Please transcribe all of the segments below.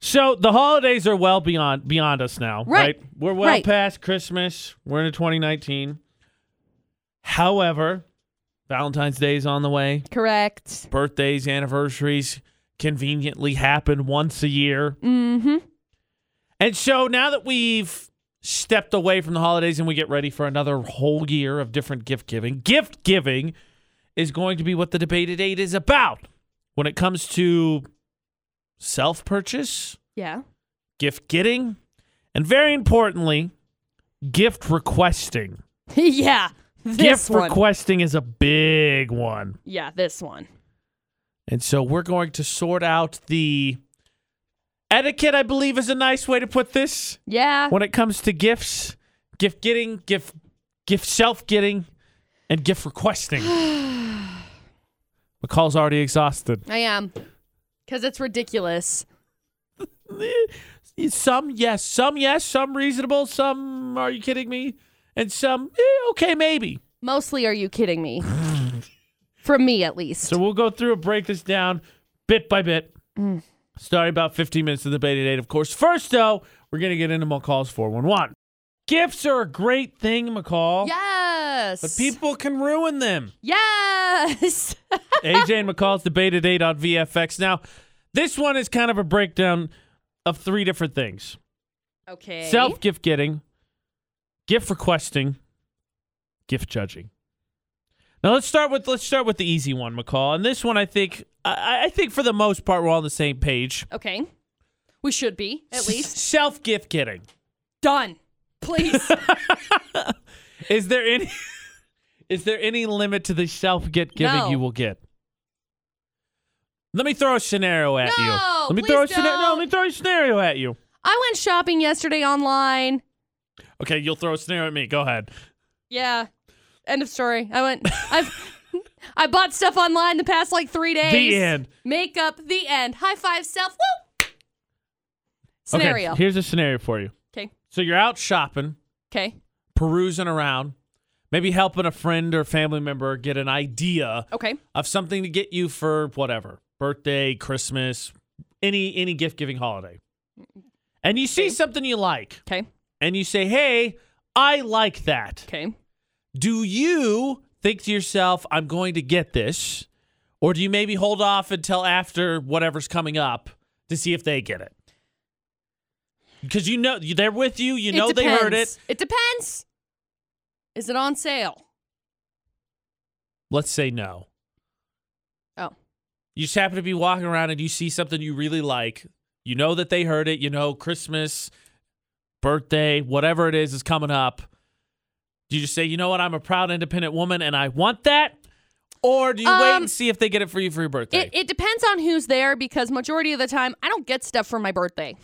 So the holidays are well beyond beyond us now, right? Right. We're well Right. past Christmas. We're into 2019. However, Valentine's Day is on the way. Correct. Birthdays, anniversaries conveniently happen once a year. Mm-hmm. And so now that we've stepped away from the holidays and we get ready for another whole year of different gift giving, gift giving is going to be what the debate at eight is about when it comes to self purchase, Yeah. gift getting, and very importantly, gift requesting. yeah. This gift one. requesting is a big one. yeah, this one. And so we're going to sort out the etiquette, I believe is a nice way to put this. Yeah. when it comes to gifts, gift getting, gift gift self getting, and gift requesting. McCall's already exhausted. I am. Because it's ridiculous. Eh, Some yes, some yes, some reasonable, some are you kidding me? And some eh, okay, maybe. Mostly, are you kidding me? From me, at least. So we'll go through and break this down bit by bit. Starting about 15 minutes of the beta date, of course. First, though, we're going to get into McCall's 411. Gifts are a great thing, McCall, yes. but people can ruin them. Yes. AJ and McCall's debate at 8 on VFX. Now, this one is kind of a breakdown of three different things okay. self gift getting, gift requesting, gift judging. Now let's start with let's start with the easy one, McCall. And this one, I think, I, I think for the most part, we're all on the same page. Okay. We should be, at least. self gift getting. Done. Please. Is there any is there any limit to the self gift giving No. you will get? Let me throw a scenario at you. No, Let me please throw a scenario. No, don't. let me throw a scenario at you. I went shopping yesterday online. Okay, you'll throw a scenario at me. Go ahead. Yeah. End of story. I went. I've. I bought stuff online the past like three days. end. Makeup. The end. High five self. Woo. Scenario. Okay, here's a scenario for you. Okay. So you're out shopping, Okay. perusing around, maybe helping a friend or family member get an idea Okay. of something to get you for whatever birthday, Christmas, any any gift giving holiday. And you see Okay. something you like, Okay. and you say, "Hey, I like that." Okay. Do you think to yourself, I'm going to get this? Or do you maybe hold off until after whatever's coming up to see if they get it? Because you know they're with you, you know it they heard it. depends. It depends. Is it on sale? Let's say no. Oh. You just happen to be walking around and you see something you really like. You know that they heard it. You know Christmas, birthday, whatever it is is coming up. Do you just say, you know what? I'm a proud independent woman and I want that? Or do you wait Um, and see if they get it for you for your birthday? It, it depends on who's there because majority of the time I don't get stuff for my birthday.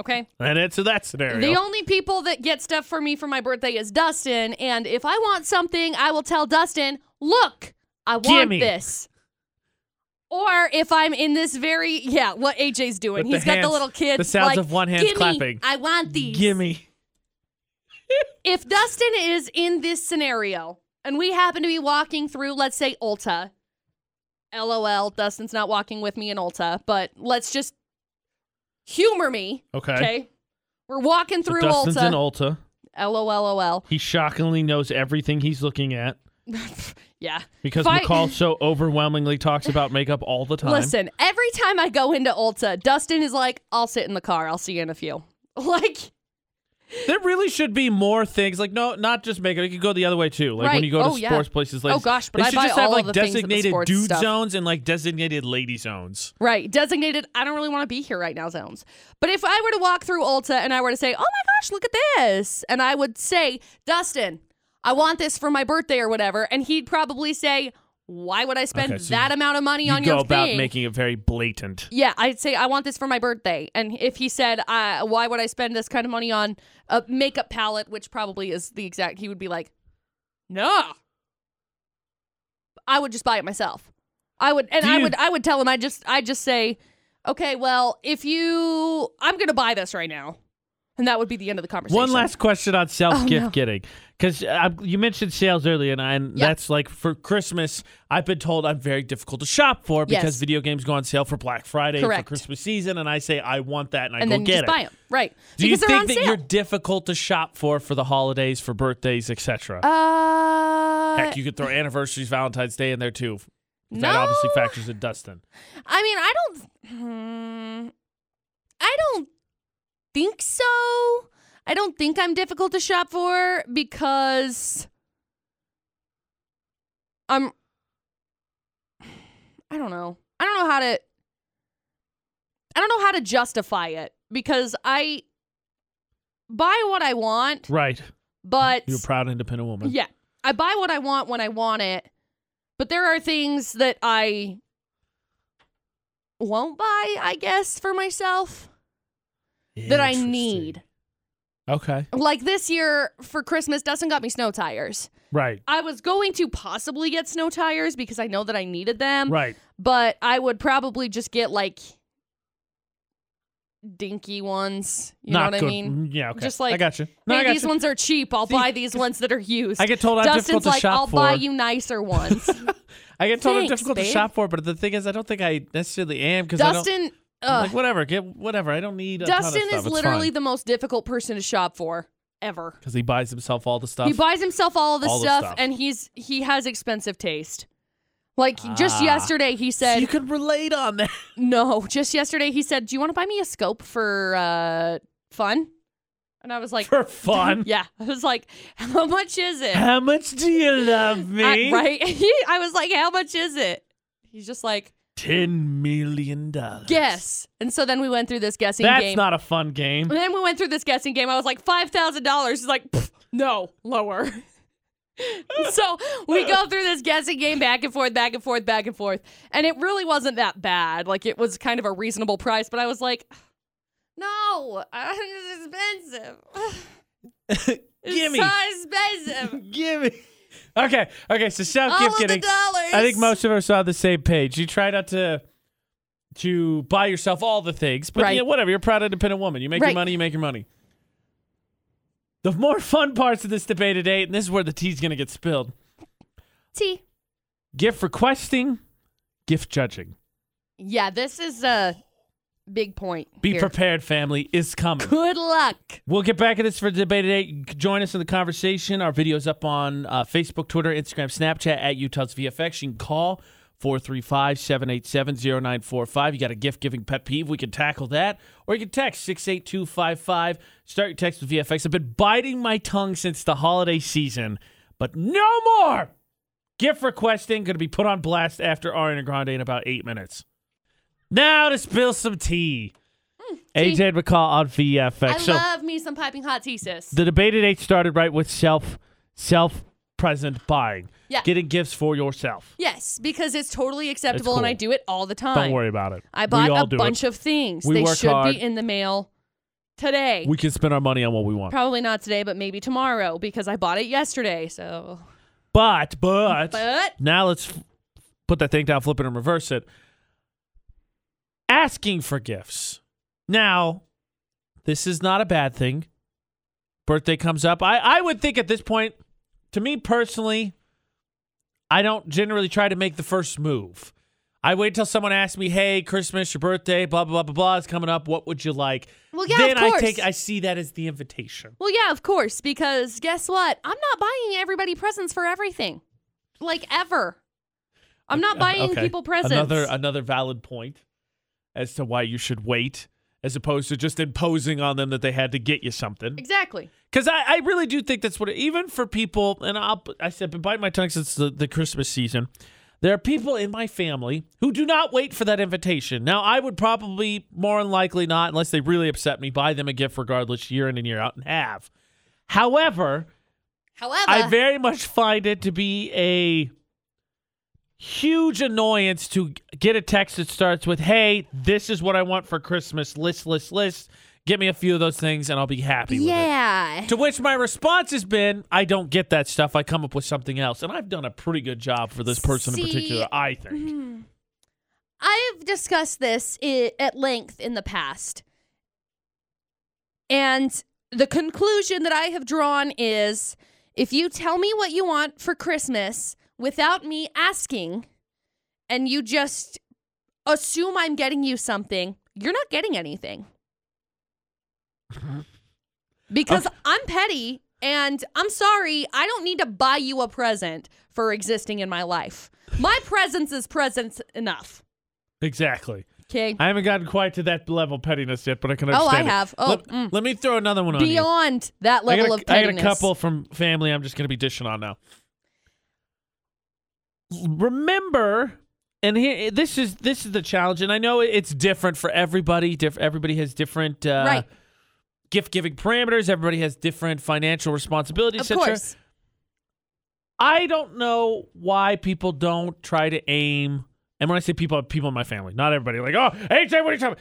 Okay. and it's that scenario. The only people that get stuff for me for my birthday is Dustin, and if I want something, I will tell Dustin, "Look, I want Gimme." this." Or if I'm in this very yeah, what AJ's doing, With the He's got the hands- little kid. the sounds like, of one hand's "Gimme, clapping." I want these. Gimme. If Dustin is in this scenario, and we happen to be walking through, let's say Ulta. LOL, Dustin's not walking with me in Ulta, but let's just humor me. Okay. Okay. We're walking through Dustin's Ulta. in Ulta. LOLOL. He shockingly knows everything he's looking at Yeah. because If I- McCall so overwhelmingly talks about makeup all the time. Listen, every time I go into Ulta, Dustin is like, I'll sit in the car. I'll see you in a few. Like, There really should be more things like no, not just makeup. You could go the other way too. Like Right. when you go Oh, to yeah. sports places, like Oh, gosh, but they I should buy just have all like the things at the designated sports dude stuff. zones and like designated lady zones. right. Designated, I don't really want to be here right now zones. But if I were to walk through Ulta and I were to say, oh my gosh, look at this. And I would say, Dustin, I want this for my birthday or whatever. And he'd probably say, why would I spend Okay, so that amount of money You on go your about thing? making it very blatant. Yeah, I'd say I want this for my birthday. And if he said, uh, "Why would I spend this kind of money on a makeup palette?" which probably is the exact, he would be like, "No, I would just buy it myself." I would, and Do I you- would, I would tell him. I just, I just say, "Okay, well, if you, I'm gonna buy this right now." And that would be the end of the conversation. Oh, One last question on self gift no. getting. Because you mentioned sales earlier, and, I, and Yeah. that's like for Christmas, I've been told I'm very difficult to shop for because Yes. video games go on sale for Black Friday and for Correct. Christmas season, and I say I want that and I And go then you get just it. buy them. Right. Do you because they're think on that sale. you're difficult to shop for for the holidays, for birthdays, etc.? Uh, Heck, you could throw anniversaries, Valentine's Day in there too. no. That obviously factors in Dustin. I mean, I don't. Hmm, I don't think so. I don't think I'm difficult to shop for because I'm. I don't know. I don't know how to. I don't know how to justify it because I buy what I want, Right. but You're a proud, independent woman. yeah. I buy what I want when I want it. But there are things that I won't buy, I guess, for myself that I Interesting. need. Okay. Like this year for Christmas, Dustin got me snow tires. Right. I was going to possibly get snow tires because I know that I needed them, Right. but I would probably just get like dinky ones. You Not know what good. I Mm, mean? Yeah. Okay. Just I like, got you. No, hey, I got these you. ones are cheap. I'll See, buy these ones that are used. I get told I'm difficult Dustin's to like, shop I'll for. buy you nicer ones. I get told I'm Thanks, difficult to babe. shop for, but the thing is, I don't think I necessarily am because I don't. Dustin, I'm ugh, like whatever, get whatever. I don't need. A Dustin is literally the most difficult person to shop for ever. because he buys himself all the stuff. He buys himself all of the All the stuff, stuff. and he's he has expensive taste. Like just Ah. yesterday, he So said you can relate on that. no. Just yesterday, he said, "Do you want to buy me a scope for uh, fun?" And I was like, for fun. "Yeah." I was like, "How much is it?" How much do you love me? I- right? He, I was like, "How much is it?" He's just like, Ten million dollars. "Guess." And so then we went through this guessing That's game. not a fun game. And then we went through this guessing game. I was like, five thousand dollars. He's like, "Pff, no, lower. so we go through this guessing game back and forth, back and forth, back and forth. And it really wasn't that bad. Like it was kind of a reasonable price, but I was like, no, it's expensive. It's Gimme. so expensive. Give me. Okay. Okay. So self All gift of the getting. dollars. I think most of us are on the same page. You try not to to buy yourself all the things, but Right. yeah, whatever. You're a proud, independent woman. You make your Right. money. You make your money. The more fun parts of this debate today, and this is where the tea's going to get spilled: T. gift requesting, gift judging. Yeah, this is a big point. Be here. prepared, family is coming. Good luck. We'll get back at this for debate today. You can Join us in the conversation. Our video's up on uh, Facebook, Twitter, Instagram, Snapchat at Utah's VFX. You can call 435 787 0945. You got a gift giving pet peeve. We can tackle that. Or you can text 68255. Start your text with VFX. I've been biting my tongue since the holiday season, but no more. Gift requesting going to be put on blast after Ariana Grande in about eight minutes. Now to spill some tea. AJ and McCall on VFX. I So- love me some piping hot tea, sis. the debate at eight started right with self self present buying. Yeah. Getting gifts for yourself. Yes, because it's totally acceptable cool. and I do it all the time. Don't worry about it. I bought we all a do bunch of things. We they work should hard. be in the mail today. It. We can spend our money on what we want. Probably not today, but maybe tomorrow because I bought it yesterday. So, But but, but now let's f- put that thing down, flip it and reverse it. Asking for gifts. Now, this is not a bad thing. Birthday comes up. I, I would think at this point, to me personally, I don't generally try to make the first move. I wait till someone asks me, "Hey, Christmas, your birthday, blah blah blah blah blah is coming up. What would you like?" well, yeah, then of course. I take I see that as the invitation. well, yeah, of course, because guess what? I'm not buying everybody presents for everything, like ever. I'm not Uh, buying okay. people presents. Another another valid point as to why you should wait, as opposed to just imposing on them that they had to get you something. exactly. Because I, I really do think that's what even for people, and I'll I said been biting my tongue since the, the Christmas season. There are people in my family who do not wait for that invitation. Now, I would probably more than likely not, unless they really upset me, buy them a gift regardless, year in and year out, and have. However, However, I very much find it to be a huge annoyance to get a text that starts with, "Hey, this is what I want for Christmas. List, list, list. Get me a few of those things, and I'll be happy." With yeah. it. To which my response has been, "I don't get that stuff. I come up with something else." And I've done a pretty good job for this person in See- particular. I think. Hmm. I've discussed this i- at length in the past. And the conclusion that I have drawn is if you tell me what you want for Christmas without me asking and you just assume I'm getting you something, you're not getting anything. because I'm petty and I'm sorry, I don't need to buy you a present for existing in my life. My presence is presence enough. Exactly. Okay. I haven't gotten quite to that level of pettiness yet, but I can I understand. it. have. Oh, let, mm. let me throw another one on you. Beyond that I level got, a, of I got pettiness. a couple from family I'm just going to be dishing on now. Remember, and here this is this is the challenge, and I know it's different for everybody. Diff- everybody has different uh, Right. gift giving parameters. Everybody has different financial responsibilities, Of etc. course. I don't know why people don't try to aim. And when I say people, people in my family, not everybody. Like, oh, AJ, what are you talking? about?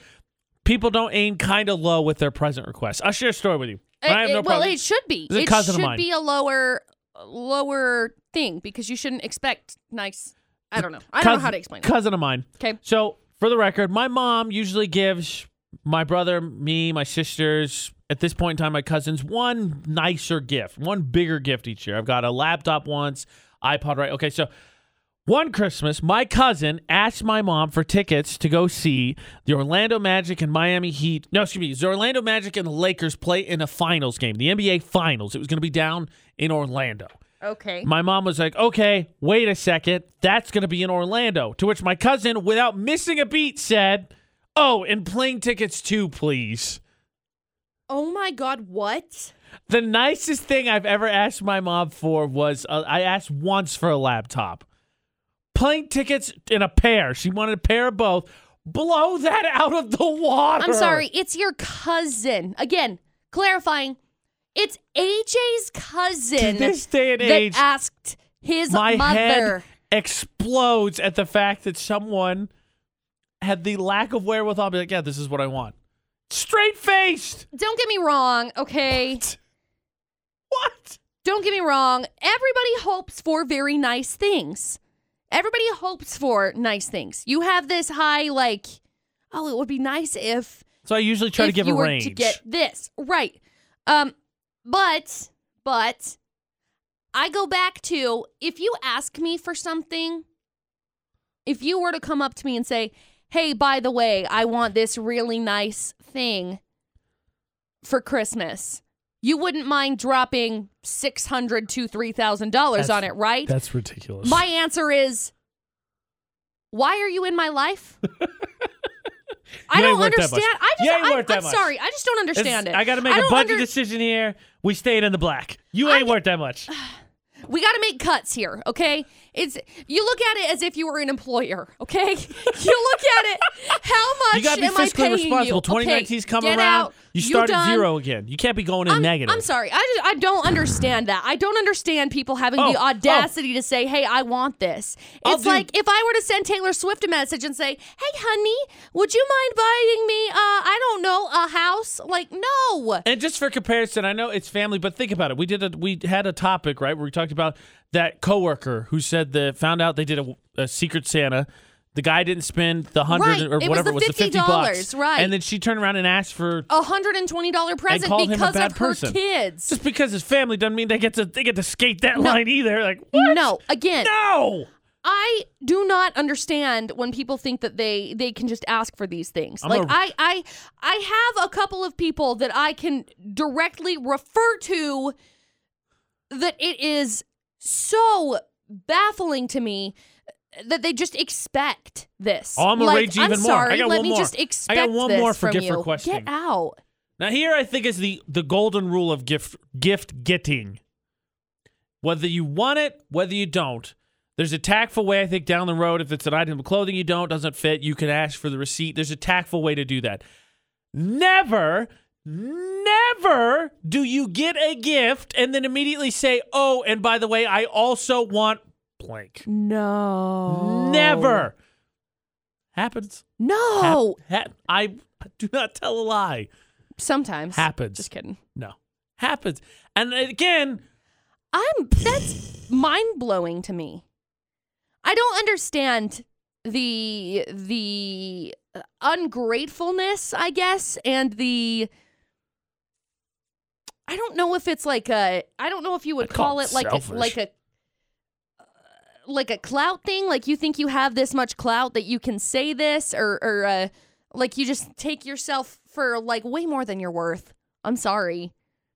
People don't aim kind of low with their present requests. I'll share a story with you. I have It- no it- Eh, well, problem. it should be. This is a it cousin of should mine. be a lower, lower thing because you shouldn't expect nice. I don't know. I don't know how to explain it. Cousin of mine. 'Kay. So, for the record, my mom usually gives my brother, me, my sisters, at this point in time, my cousins, one nicer gift, one bigger gift each year. I've got a laptop once, iPod, right? Okay, so one Christmas, my cousin asked my mom for tickets to go see the Orlando Magic and Miami Heat. No, excuse me, the Orlando Magic and the Lakers play in a finals game, the NBA Finals. It was going to be down in Orlando. Okay. My mom was like, okay, wait a second. That's going to be in Orlando. To which my cousin, without missing a beat, said, oh, and plane tickets too, please. Oh my God! What? The nicest thing I've ever asked my mom for was uh, I asked once for a laptop. Plane tickets in a pair. She wanted a pair of both. Blow that out of the water. I'm sorry. It's your cousin again. Clarifying. It's AJ's To cousin this day and that age, asked his my mother. head explodes at the fact that someone had the lack of wherewithal. to Be like, yeah, this is what I want. Straight faced. Don't get me wrong. Okay. What? Don't get me wrong. Everybody hopes for very nice things. Everybody hopes for nice things. You have this high, like, oh, it would be nice if So I usually try if to give you a were range. to get this right. Um, but but I go back to if you ask me for something, if you were to come up to me and say, "Hey, by the way, I want this really nice thing for Christmas," you wouldn't mind dropping six hundred to three thousand dollars on it, right? That's ridiculous. My answer is, why are you in my life? I You ain't don't worth that much. understand. I just, You ain't I, worth that am much. sorry. I just don't understand it. I got to make I a don't budget under- decision here. We stayed in the black. You ain't I'm- worth that much. we got to make cuts here, okay? It's you look at it as if you were an employer, okay? you look at it. How much You gotta be am I fiscally paying responsible. You? 2019's okay, coming get around. Out. you start at done. zero again. You can't be going in I'm, negative. I'm sorry. I just I don't understand that. I don't understand people having Oh, the oh. audacity to say, "Hey, I want this." I'll It's do- like if I were to send Taylor Swift a message and say, "Hey, honey, would you mind buying me? Uh, I don't know, a house?" Like, no. And just for comparison, I know it's family, but think about it. We did a we had a topic right where we talked about that coworker who said the found out they did a, a secret Santa. The guy didn't spend the hundred Right. or It was whatever the it was the fifty bucks, $50, right. And then she turned around and asked for A hundred and twenty dollar present called him a because bad of her person. kids. just because it's family doesn't mean they get to they get to skate that line either. Like what? No, again, no. I do not understand when people think that they they can just ask for these things. I'm like a- I I I have a couple of people that I can directly refer to that it is so baffling to me that they just expect this. Oh, I'm gonna like, rage you I'm even more. I sorry, got let one me more. just I got expect one this more for from gift you. requesting. Get out. Now here I think is the the golden rule of gift gift getting. Whether you want it, whether you don't, there's a tactful way I think down the road if it's an item of clothing you don't doesn't fit, you can ask for the receipt. There's a tactful way to do that. Never never do you get a gift and then immediately say, "Oh, and by the way, I also want blank." No. Never. Happens. Hap- No. hap- I do not tell a lie. Sometimes. Happens. Just kidding. No. Happens. And again, I'm that's mind blowing to me. I don't understand the the ungratefulness, I guess, and the I don't know if it's like a I don't know if you would I'd call call, it it like a, selfish. like a like a clout thing, like you think you have this much clout that you can say this or or uh, like you just take yourself for like way more than you're worth. I'm sorry.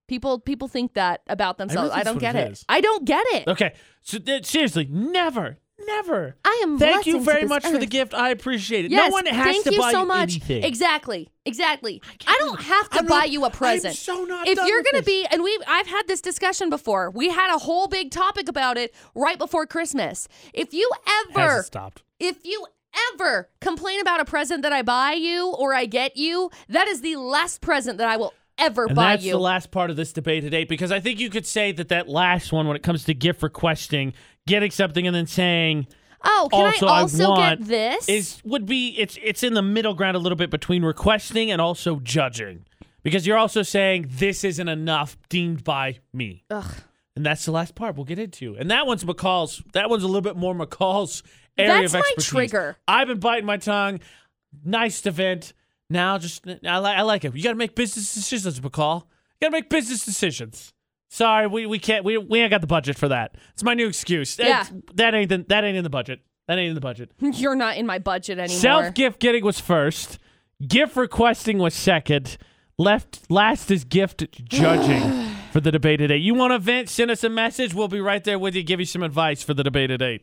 People people think that about themselves. I, that's don't what get it it. is. I don't get it. Okay. So th- seriously, never, never. I am Thank you blessing to very this much for the earth. gift. I appreciate it. Yes, no one has thank to you buy so you much. anything. Exactly, exactly. I, don't have to I'm buy not- you a present. I'm so not. if done you're with gonna this. be and we i've had this discussion before we had a whole big topic about it right before christmas if you ever Hasn't stopped. if you ever complain about a present that i buy you or i get you that is the last present that i will ever And buy that's you the last part of this debate today because I think you could say that that last one, when it comes to gift requesting, getting something and then saying oh can also I i also want get this is would be it's it's in the middle ground a little bit between requesting and also judging because you're also saying this isn't enough deemed by me. Ugh. And that's the last part we'll get into. And that one's McCall's. That one's a little bit more McCall's area That's of my expertise. trigger. I've been biting my tongue. Nice event. Now just I, li- I like it. You got to make business decisions, McCall. You got to make business decisions. Sorry, we, we can't. We, we ain't got the budget for that. It's my new excuse. It's- Yeah. that ain't in, that ain't in the budget. That ain't in the budget. you're not in my budget anymore Self gift getting was first. Gift requesting was second. Left last is gift judging for the debate today. You want to vent? Send us a message. We'll be right there with you. Give you some advice for the debate today.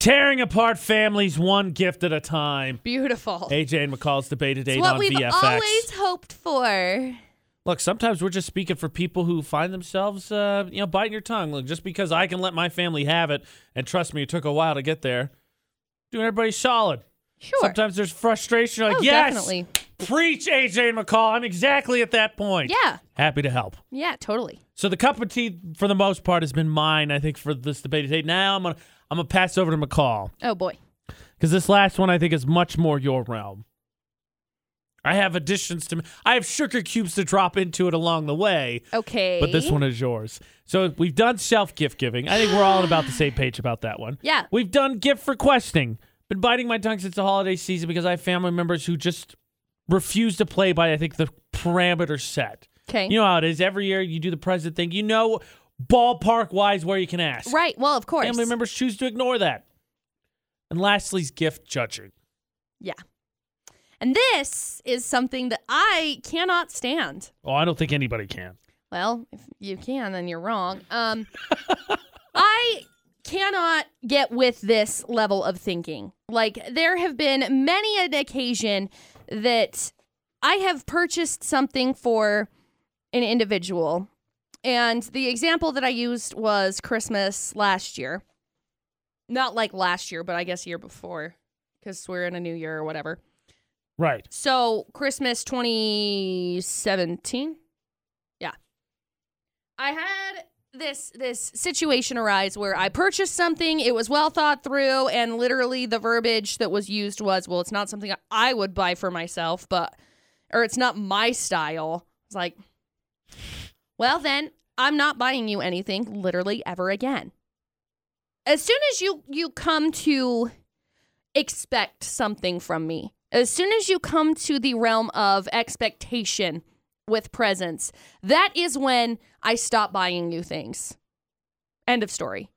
Tearing apart families one gift at a time. beautiful AJ and McCall's debate today it's on what we've VFX. always hoped for Look, sometimes we're just speaking for people who find themselves, uh, you know, biting your tongue. Look, just because I can let my family have it, and trust me, it took a while to get there. Doing everybody solid. sure Sometimes there's frustration. You're like, Oh, yes, definitely. preach, AJ and McCall. I'm exactly at that point. yeah Happy to help. yeah totally So the cup of tea, for the most part, has been mine. I think for this debate today. Now I'm gonna I'm gonna pass over to McCall oh boy because this last one I think is much more your realm. I have additions to. I have sugar cubes to drop into it along the way, okay but this one is yours. So we've done self gift giving. I think we're all on about the same page about that one. yeah We've done gift requesting. Been biting my tongue since the holiday season because I have family members who just refuse to play by, I think, the parameter set. okay You know how it is. Every year you do the president thing. You know, ballpark wise, where you can ask. right well of course Family members choose to ignore that. And lastly's gift judging. And this is something that I cannot stand. Oh, I don't think anybody can. Well, if you can, then you're wrong. Um, I cannot get with this level of thinking. Like, there have been many an occasion that I have purchased something for an individual. And the example that I used was Christmas last year. Not like last year, but I guess year before, because we're in a new year or whatever. Right. So Christmas 2017. Yeah. I had this this situation arise where I purchased something, it was well thought through, and literally the verbiage that was used was, well, it's not something I would buy for myself, but or it's not my style. It's like, well then, I'm not buying you anything literally ever again. As soon as you you come to expect something from me. As soon as you come to the realm of expectation with presents, that is when I stop buying you things. End of story.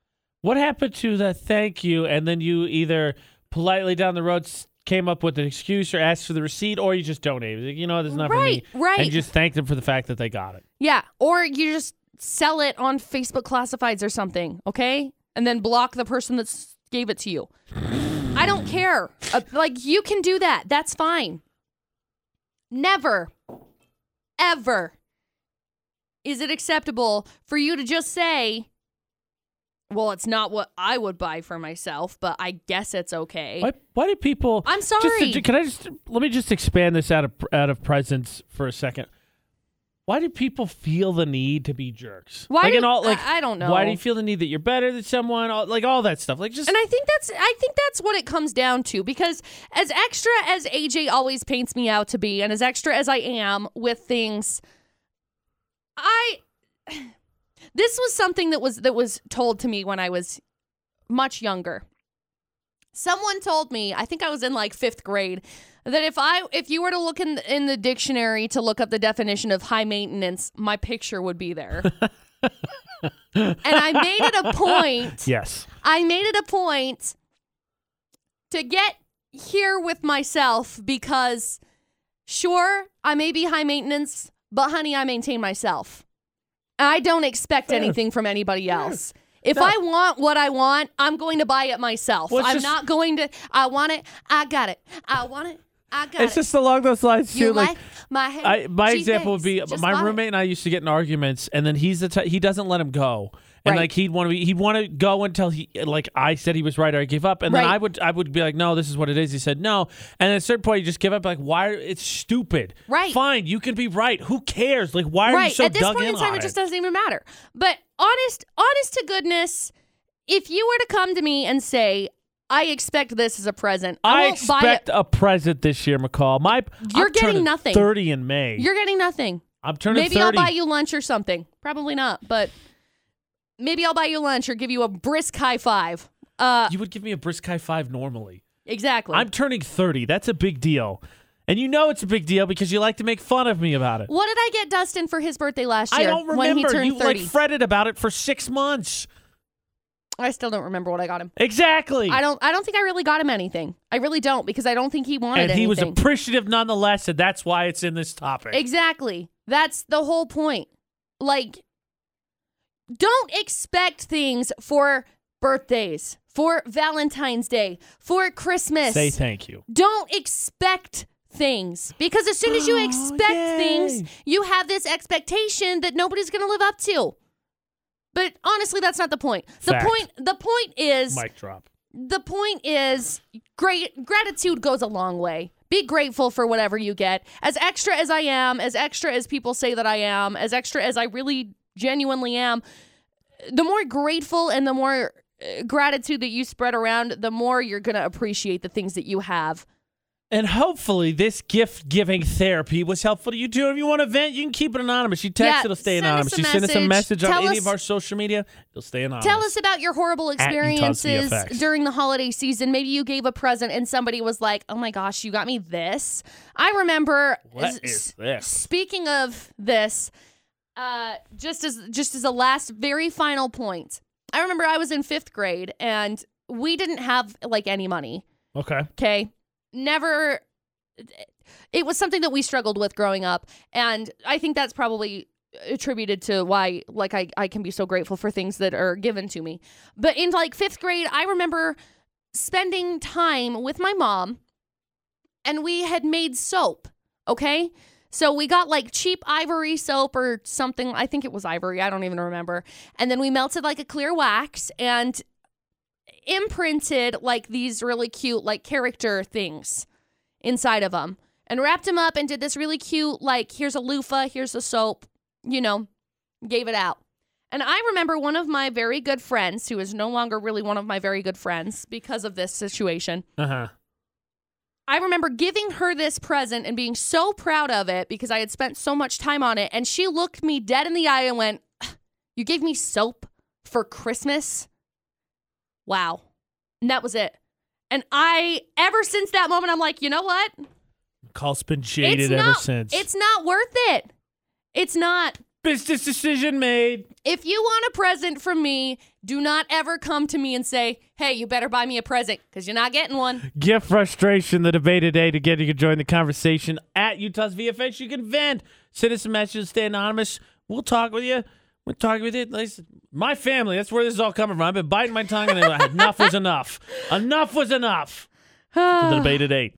What happened to the thank you? And then you either politely down the road s- came up with an excuse or asked for the receipt or you just donated. Like, You know, this is not right, for me. right. And you just thank them for the fact that they got it. yeah. Or you just sell it on Facebook classifieds or something, okay? And then block the person that s- gave it to you. I don't care. Uh, like, you can do that. That's fine. Never, ever is it acceptable for you to just say, well, it's not what I would buy for myself, but I guess it's okay. Why, why do people? I'm just to- sorry. can I just let me just expand this out of out of presence for a second? Why do people feel the need to be jerks? Why like do- in all, like I- I don't know. Why do you feel the need that you're better than someone? All, like all that stuff. Like just And I think that's I think that's what it comes down to because as extra as AJ always paints me out to be and as extra as I am with things I this was something that was that was told to me when I was much younger. Someone told me, I think I was in like 5th grade, that if I if you were to look in the, in the dictionary to look up the definition of high maintenance, my picture would be there. and I made it a point. Yes. I made it a point to get here with myself because sure, I may be high maintenance, but honey, I maintain myself. I don't expect anything from anybody else. If I want what I want, I'm going to buy it myself. Well, it's I'm just- not going to I want it, I got it. I want it, I got It's it. just along those lines too. you like like, my hair. I, my She example would be thinks, just buy my it. roommate and I used to get in arguments, and then he's the type he doesn't let him go, and Right. like he'd want to be he'd want to go until he like I said he was right or I give up, and then Right. I would I would be like no this is what it is. He said no, and at a certain point you just give up like why it's stupid. Right. Fine, you can be right. Who cares? Like why are you right so at this dug point in in time on it just doesn't even matter but honest honest to goodness if you were to come to me and say i expect this as a present i, I won't buy expect it a present this year, McCall. My You're I'm getting turning nothing. Thirty in May. you're getting nothing I'm turning maybe 30. i'll buy you lunch or something probably not but maybe i'll buy you lunch or give you a brisk high five uh You would give me a brisk high five normally. exactly I'm turning 30. That's a big deal. And you know it's a big deal because you like to make fun of me about it. what did i get dustin for his birthday last I year don't remember. when he turned you 30 like fretted about it for six months. i still don't remember what i got him Exactly. i don't i don't think i really got him anything i really don't because i don't think he wanted and he was anything. appreciative nonetheless, and that's why it's in this topic. Exactly. That's the whole point. Like, don't expect things for birthdays, for Valentine's Day, for Christmas. Say thank you. don't expect things because as soon as you Oh, expect things, yay. you have this expectation that nobody's going to live up to. But honestly, that's not the point. The Fact. point the point is Mic drop. the point is great gratitude goes a long way be grateful for whatever you get as extra as i am as extra as people say that i am as extra as i really genuinely am the more grateful and the more uh, gratitude that you spread around the more you're going to appreciate the things that you have And hopefully, this gift giving therapy was helpful to you too. If you want to vent, you can keep it anonymous. You text, Yeah, it'll stay send us anonymous. a you send us a message. message on Tell any us- of our social media, it'll stay anonymous. Tell us about your horrible At Utah's experiences VFX. during the holiday season. Maybe you gave a present and somebody was like, "Oh my gosh, you got me this." I remember. What s- is this? Speaking of this, uh, just as just as a last, very final point, I remember I was in fifth grade and we didn't have like any money. Okay. Okay. Never. It was something that we struggled with growing up. And I think that's probably attributed to why like I, I can be so grateful for things that are given to me. But in like fifth grade, I remember spending time with my mom and we had made soap. Okay. So we got like cheap ivory soap or something. I think it was ivory. I don't even remember. And then we melted like a clear wax and imprinted like these really cute like character things inside of them and wrapped them up and did this really cute like here's a loofah here's a soap you know gave it out and i remember one of my very good friends who is no longer really one of my very good friends because of this situation Uh huh. I remember giving her this present and being so proud of it because I had spent so much time on it. And she looked me dead in the eye and went, You gave me soap for Christmas? Wow. And that was it. And I, ever since that moment, I'm like, You know what? McCall's been jaded ever not, since. It's not worth it. It's not. business decision made. If you want a present from me, do not ever come to me and say, Hey, you better buy me a present because you're not getting one. Gift frustration, the debate today. To get you can join the conversation at Utah's VFX. You can vent, send us a message, stay anonymous. We'll talk with you. We'll talk with you. Listen, My family, that's where this is all coming from. I've been biting my tongue and enough was enough. Enough was enough. the debate at eight.